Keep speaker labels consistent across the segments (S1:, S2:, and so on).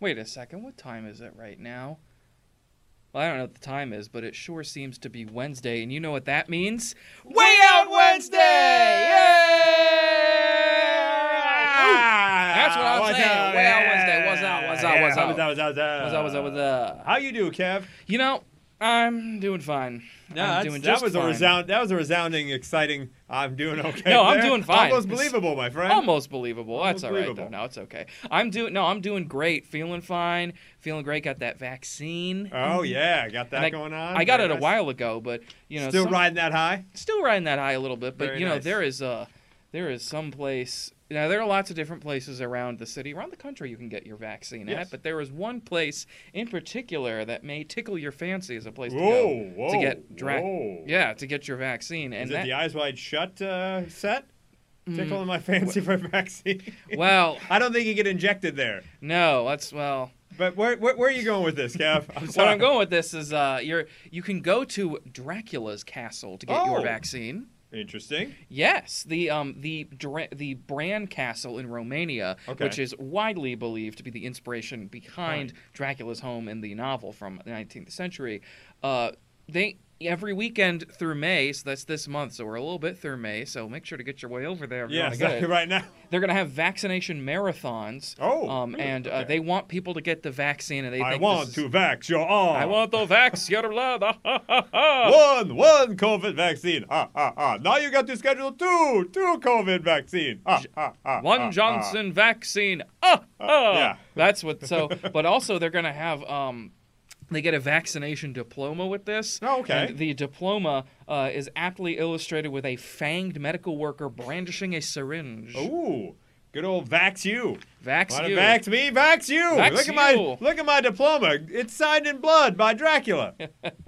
S1: Wait a second, what time is it right now? Well, I don't know what the time is, but it sure seems to be Wednesday, and you know what that means? Way Out Wednesday! Yeah! That's what I'm
S2: What's
S1: saying.
S2: up,
S1: Way Out
S2: man?
S1: Wednesday. What's up? What's up?
S2: Yeah,
S1: What's up?
S2: What's up? What's up?
S1: What's up, what's up, what's up?
S2: uh, How you do, Kev?
S1: You know, I'm doing fine.
S2: that's-
S1: I'm doing
S2: that
S1: just
S2: was a
S1: fine.
S2: resound. That was a resounding, exciting. I'm doing okay.
S1: No, I'm
S2: there.
S1: doing fine.
S2: Almost
S1: It's-
S2: believable, my friend.
S1: Almost believable. That's
S2: Almost
S1: all right though.
S2: believable.
S1: No, it's okay. I'm doing no, I'm doing great. Feeling fine. Feeling great. Got that vaccine.
S2: Oh yeah, got that
S1: And I-
S2: going on.
S1: I got
S2: Very
S1: it a
S2: nice.
S1: while ago, but you know,
S2: Still
S1: some-
S2: riding that high.
S1: still riding that high a little bit. But
S2: Very
S1: you know,
S2: nice.
S1: there is a there is some place. Now there are lots of different places around the city, around the country, you can get your vaccine
S2: Yes.
S1: at. But there is one place in particular that may tickle your fancy as a place to go
S2: Whoa, whoa,
S1: to get dra-
S2: whoa.
S1: yeah to get your vaccine.
S2: Is
S1: And
S2: it
S1: that,
S2: the eyes wide shut uh, set?
S1: Mm.
S2: Tickling my fancy for vaccine.
S1: well,
S2: I don't think you get injected there.
S1: no, that's well.
S2: But where, where, where are you going with this, Kev? I'm
S1: Where
S2: sorry.
S1: I'm going with this is uh, you're you can go to Dracula's castle to get your
S2: Oh.
S1: vaccine.
S2: Interesting.
S1: Yes, the um the Dra- the Bran Castle in Romania,
S2: Okay.
S1: which is widely believed to be the inspiration behind Dracula's home in the novel from the 19th century. Uh, they every weekend through May, so that's this month, so we're a little bit through May. So make sure to get your way over there. If you
S2: Yes,
S1: wanna get it.
S2: right now.
S1: They're going to have vaccination marathons.
S2: Oh,
S1: um,
S2: really?
S1: and uh,
S2: Okay.
S1: they want people to get the vaccine, and they
S2: I
S1: think
S2: want
S1: this is-
S2: to vax your arm.
S1: I want the vax, you're allowed. Ah, ah, ah, ah.
S2: one one COVID vaccine. Ah ah ah. Now you got to schedule two two COVID vaccine. Ah ah ah.
S1: One
S2: ah, ah.
S1: Johnson vaccine. Ah, ah.
S2: yeah.
S1: That's what. So, but also they're gonna have um, they get a vaccination diploma with this.
S2: Oh, okay.
S1: And the diploma uh, is aptly illustrated with a fanged medical worker brandishing a syringe.
S2: Ooh, good old vax you.
S1: Vax
S2: Wanna
S1: you.
S2: Vax me, vax you.
S1: Vax
S2: look at my
S1: you.
S2: look at my diploma. It's signed in blood by Dracula.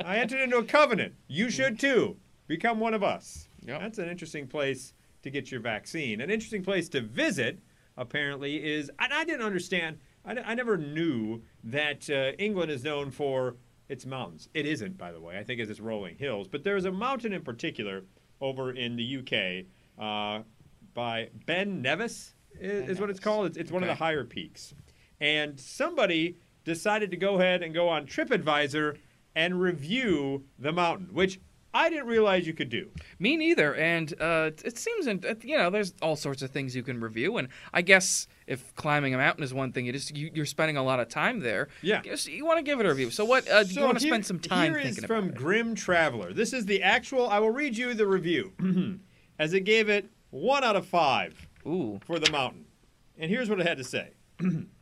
S2: I entered into a covenant. You should too. Become one of us.
S1: Hmm. Yep.
S2: That's an interesting place to get your vaccine. An interesting place to visit, apparently, is and I didn't understand. I, I never knew that uh, England is known for its mountains. It isn't, by the way. I think it's its rolling hills. But there is a mountain in particular over in the UK uh, by Ben Nevis i- is, what
S1: Nevis.
S2: it's called. It's, it's one of the
S1: Okay.
S2: higher peaks. And somebody decided to go ahead and go on TripAdvisor and review the mountain, which I didn't realize you could do.
S1: Me neither. And uh, it- it seems, in- uh, you know, there's all sorts of things you can review. And I guess if climbing a mountain is one thing, you just you, you're spending a lot of time there.
S2: Yeah.
S1: Guess you want to give it a review. So what? Uh, do
S2: So
S1: you want to
S2: here-
S1: spend some time
S2: here is
S1: thinking
S2: from
S1: about it?
S2: Grim Traveler. This is the actual. I will read you the review, as it gave it one out of five.
S1: Ooh.
S2: for the mountain. And here's what it had to say.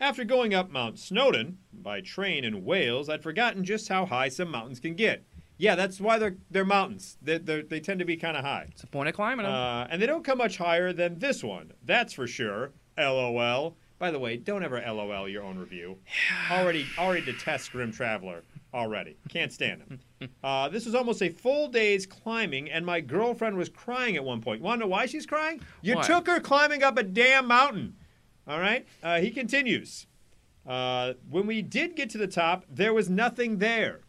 S2: After going up Mount Snowdon by train in Wales, I'd forgotten just how high some mountains can get. Yeah, that's why they're, they're mountains. They, they're, they tend to be kind of high.
S1: It's the point of climbing 'em.
S2: Uh, and they don't come much higher than this one. That's for sure. LOL. By the way, don't ever LOL your own review. Already, already detest Grim Traveler. Already, can't stand him. Uh, this was almost a full day's climbing, and my girlfriend was crying at one point. You want to know why she's crying? You
S1: Why?
S2: took her climbing up a damn mountain. All right. Uh, he continues. Uh, when we did get to the top, there was nothing there.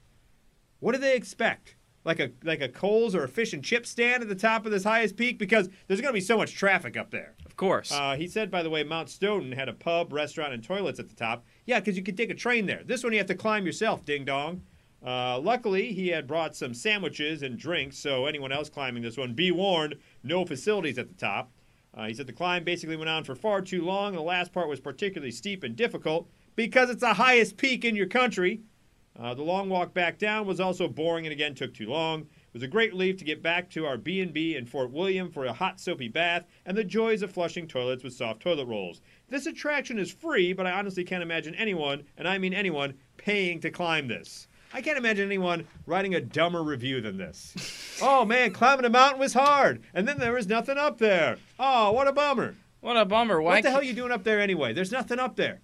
S2: What do they expect? Like a like a Coles or a fish and chip stand at the top of this highest peak because there's going to be so much traffic up there.
S1: of course.
S2: Uh, he said, by the way, Mount Stoughton had a pub, restaurant, and toilets at the top. Yeah, because you could take a train there. This one you have to climb yourself, ding dong. Uh, luckily, he had brought some sandwiches and drinks, so anyone else climbing this one, be warned, no facilities at the top. Uh, he said the climb basically went on for far too long. The last part was particularly steep and difficult because it's the highest peak in your country. Uh, the long walk back down was also boring and again took too long. It was a great relief to get back to our B&B in Fort William for a hot soapy bath and the joys of flushing toilets with soft toilet rolls. This attraction is free, but I honestly can't imagine anyone, and I mean anyone, paying to climb this. I can't imagine anyone writing a dumber review than this. oh man, climbing a mountain was hard, and then there was nothing up there. Oh, what a bummer.
S1: what a bummer. Why
S2: What the
S1: ca-
S2: hell are you doing up there anyway? There's nothing up there.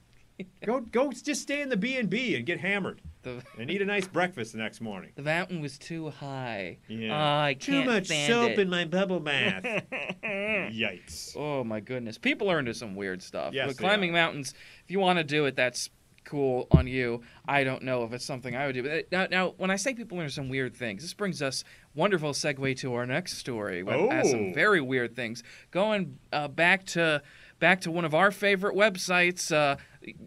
S2: Go go just stay in the B&B and get hammered
S1: the,
S2: and eat a nice breakfast the next morning.
S1: the mountain was too high.
S2: Yeah.
S1: Ah, I
S2: Too
S1: can't
S2: much
S1: stand
S2: soap
S1: it.
S2: in my bubble bath. Yikes.
S1: Oh my goodness, people are into some weird stuff.
S2: Yes,
S1: but
S2: they
S1: climbing
S2: are.
S1: mountains, if you want to do it, that's cool on you. I don't know if it's something I would do. But uh, now, now, when I say people are into some weird things, this brings us wonderful segue to our next story. which has some
S2: Oh.
S1: very weird things. Going uh, back to back to one of our favorite websites. Uh,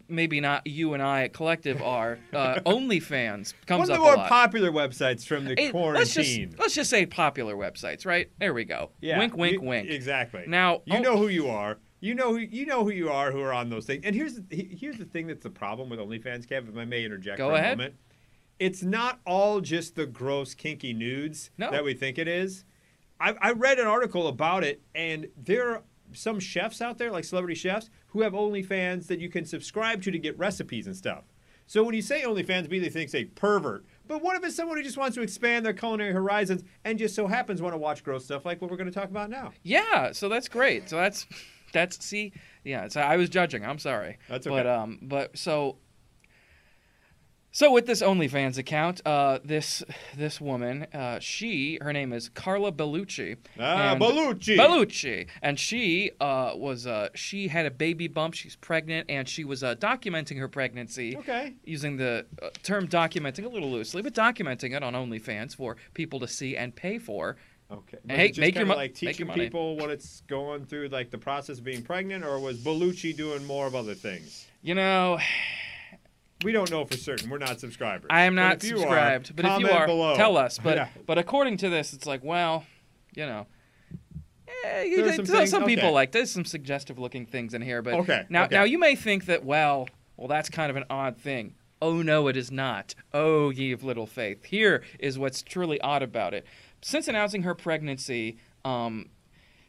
S1: maybe not you and I at Collective are uh, OnlyFans comes
S2: One of
S1: up
S2: the
S1: a
S2: more
S1: lot.
S2: popular websites from the
S1: Hey, let's just
S2: quarantine.
S1: let's just say popular websites, right? There we go.
S2: yeah,
S1: Wink, wink,
S2: you-
S1: wink.
S2: Exactly.
S1: Now
S2: you
S1: oh,
S2: know who you are. You know who you know who you are who are on those things. And here's the, he- here's the thing that's the problem with OnlyFans, Kev. If I may interject
S1: Go
S2: for
S1: ahead.
S2: a moment, it's not all just the gross kinky nudes
S1: No.
S2: that we think it is. I, I read an article about it, and there are some chefs out there, like celebrity chefs, who have OnlyFans that you can subscribe to to get recipes and stuff. So when you say OnlyFans, immediately thinks a pervert. But what if it's someone who just wants to expand their culinary horizons and just so happens want to watch gross stuff like what we're going to talk about now?
S1: Yeah, so that's great. So that's that's see, yeah. So I was judging. I'm sorry.
S2: That's
S1: But
S2: okay.
S1: um, but so so with this OnlyFans account, uh, this this woman, uh, she her name is Carla Bellucci.
S2: Ah,
S1: and-
S2: Bellucci.
S1: Bellucci, and she uh, was uh, she had a baby bump. She's pregnant, and she was uh, documenting her pregnancy
S2: Okay.
S1: using the uh, term documenting a little loosely, but documenting it on OnlyFans for people to see and pay for.
S2: Okay.
S1: Hey,
S2: Was it just
S1: make your mo-
S2: kinda like
S1: make your
S2: teaching
S1: money.
S2: people what it's going through, like the process of being pregnant, or was Bellucci doing more of other things?
S1: You know,
S2: We don't know for certain. We're not subscribers.
S1: I am not
S2: but if you
S1: subscribed,
S2: Are,
S1: but if you
S2: comment
S1: are,
S2: below.
S1: tell us. But
S2: Yeah.
S1: but according to this, it's like, well, you know, eh, you-
S2: There are
S1: there-
S2: some
S1: some,
S2: things-
S1: people
S2: okay.
S1: like there's some suggestive looking things in here. But
S2: Okay,
S1: now
S2: okay.
S1: now you may think that well, well that's kind of an odd thing. Oh no, it is not. Oh ye of little faith. Here is what's truly odd about it. Since announcing her pregnancy, um,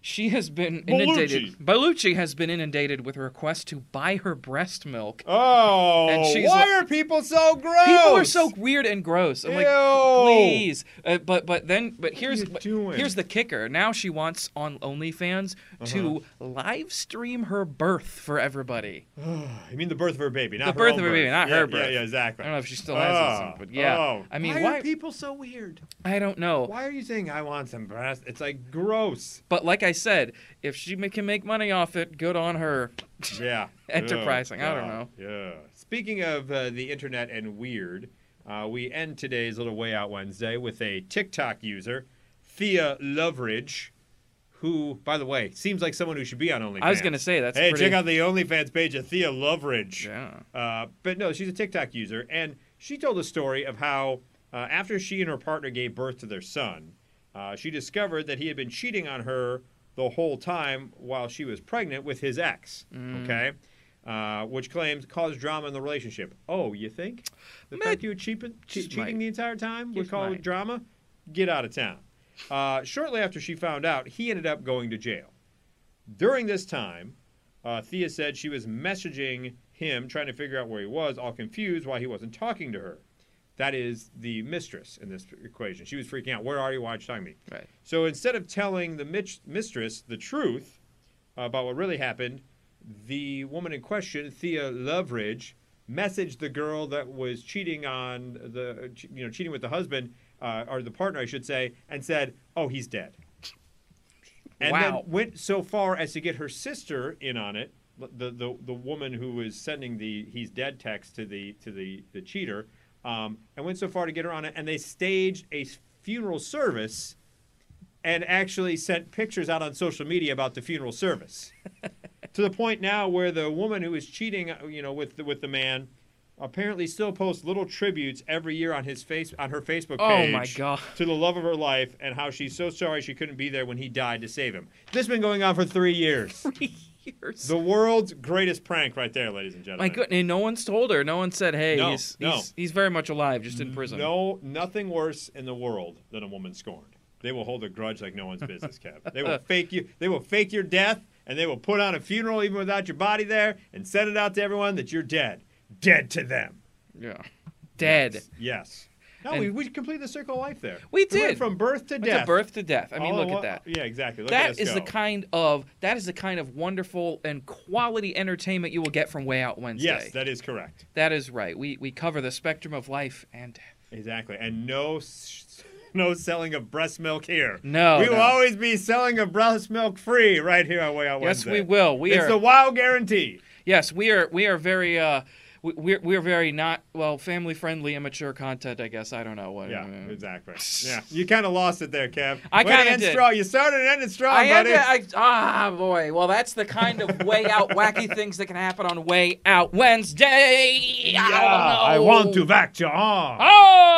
S1: she has been inundated. Bellucci has been inundated with requests to buy her breast milk.
S2: Oh,
S1: And she's
S2: why
S1: li-
S2: are people so gross?
S1: People are so weird and gross. I'm like,
S2: Ew.
S1: please. Uh, but but then but here's
S2: you
S1: but
S2: doing?
S1: here's the kicker. Now she wants on OnlyFans to
S2: Uh-huh.
S1: live stream her birth for everybody.
S2: You mean the birth of her baby, not
S1: The
S2: her
S1: birth
S2: own
S1: of her baby, not
S2: Yeah,
S1: her
S2: Yeah,
S1: birth.
S2: yeah, exactly.
S1: I don't know if she still has this,
S2: Oh,
S1: but yeah.
S2: oh.
S1: I mean,
S2: why,
S1: why-
S2: are people so weird?
S1: I don't know.
S2: Why are you saying I want some breast? It's like gross.
S1: But like I said, if she ma- can make money off it, good on her.
S2: Yeah.
S1: Enterprising, I don't
S2: God, Yeah. Speaking of uh, the internet and weird, uh, we end today's little way out Wednesday with a TikTok user, Thea Loveridge, who, by the way, seems like someone who should be on OnlyFans.
S1: I was gonna say that's
S2: Hey,
S1: pretty.
S2: check out the OnlyFans page of Thea Loveridge.
S1: Yeah.
S2: Uh, but no, she's a TikTok user, and she told a story of how uh, after she and her partner gave birth to their son, uh, she discovered that he had been cheating on her the whole time while she was pregnant with his ex. Okay. Uh, which claims caused drama in the relationship. Oh, you think? The
S1: Meh,
S2: fact you were cheapin- che-
S1: just
S2: cheating
S1: might.
S2: the entire time would
S1: Just
S2: call it
S1: might.
S2: drama? Get out of town. Uh, shortly after she found out, he ended up going to jail. During this time, uh, Thea said she was messaging him, trying to figure out where he was, all confused why he wasn't talking to her. That is the mistress in this equation. She was freaking out. Where are you? Why aren't you talking to me?
S1: Right.
S2: So instead of telling the mit- mistress the truth about what really happened, the woman in question, Thea Loveridge, messaged the girl that was cheating on the, you know, cheating with the husband uh, or the partner, I should say, and said, "Oh, he's dead." And
S1: Wow.
S2: then went so far as to get her sister in on it, the the, the woman who was sending the "he's dead" text to the to the the cheater, um, and went so far to get her on it, and they staged a funeral service and actually sent pictures out on social media about the funeral service. to the point now where the woman who is cheating, uh, you know, with the, with the man, apparently still posts little tributes every year on his face on her Facebook
S1: Oh
S2: page.
S1: my god.
S2: To the love of her life and how she's so sorry she couldn't be there when he died to save him. This has been going on for three years.
S1: Years.
S2: the world's greatest prank, right there, ladies and gentlemen.
S1: My goodness, no one's told her. No one said, "Hey,
S2: No,
S1: he's,
S2: no.
S1: he's he's very much alive, just in prison."
S2: No, nothing worse in the world than a woman scorned. They will hold a grudge like no one's business, Kev. They will fake you. They will fake your death, and they will put on a funeral even without your body there, and send it out to everyone that you're dead, dead to them.
S1: Yeah. Dead.
S2: Yes. yes. No,
S1: And-
S2: we, we completed the circle of life there.
S1: We
S2: went
S1: did.
S2: from birth to
S1: Went to
S2: death.
S1: birth to death. I mean,
S2: All
S1: look
S2: wa-
S1: at that.
S2: Yeah, exactly. Look at
S1: That
S2: us
S1: is the
S2: go.
S1: kind of that is the kind of wonderful and quality entertainment you will get from Way Out Wednesday.
S2: Yes, that is correct.
S1: that is right. We we cover the spectrum of life and death.
S2: Exactly. And no, s- no selling of breast milk here.
S1: No,
S2: we will
S1: no.
S2: always be selling of breast milk free right here on Way Out
S1: Yes, we
S2: Wednesday.
S1: will. We
S2: it's
S1: are
S2: the WOW guarantee.
S1: yes, we are we are very uh we, we're we're very not well family friendly, immature content. I guess I don't know what.
S2: Yeah,
S1: uh,
S2: exactly. Yeah, you kind of lost it there, Kev.
S1: I
S2: Way to
S1: kinda
S2: end
S1: did.
S2: strong. You started and ended strong,
S1: I had
S2: buddy.
S1: to, I, ah boy. Well, that's the kind of way out wacky things that can happen on way out Wednesday.
S2: Yeah, I want to
S1: know.
S2: vac your arm.
S1: Oh.